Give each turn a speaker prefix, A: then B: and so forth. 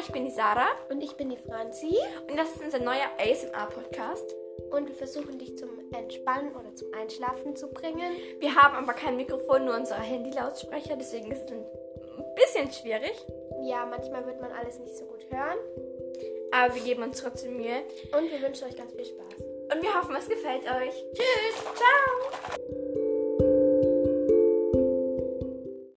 A: ich bin die Sarah
B: Und ich bin die Franzi
A: und das ist unser neuer ASMR-Podcast.
B: und wir versuchen dich zum Entspannen oder zum Einschlafen zu bringen.
A: Wir haben aber kein Mikrofon, nur unsere Handy-Lautsprecher, deswegen ist es ein bisschen schwierig.
B: Ja, manchmal wird man alles nicht so gut hören
A: Aber wir geben uns trotzdem Mühe
B: und wir wünschen euch ganz viel Spaß.
A: und wir hoffen, es gefällt euch. Tschüss, ciao!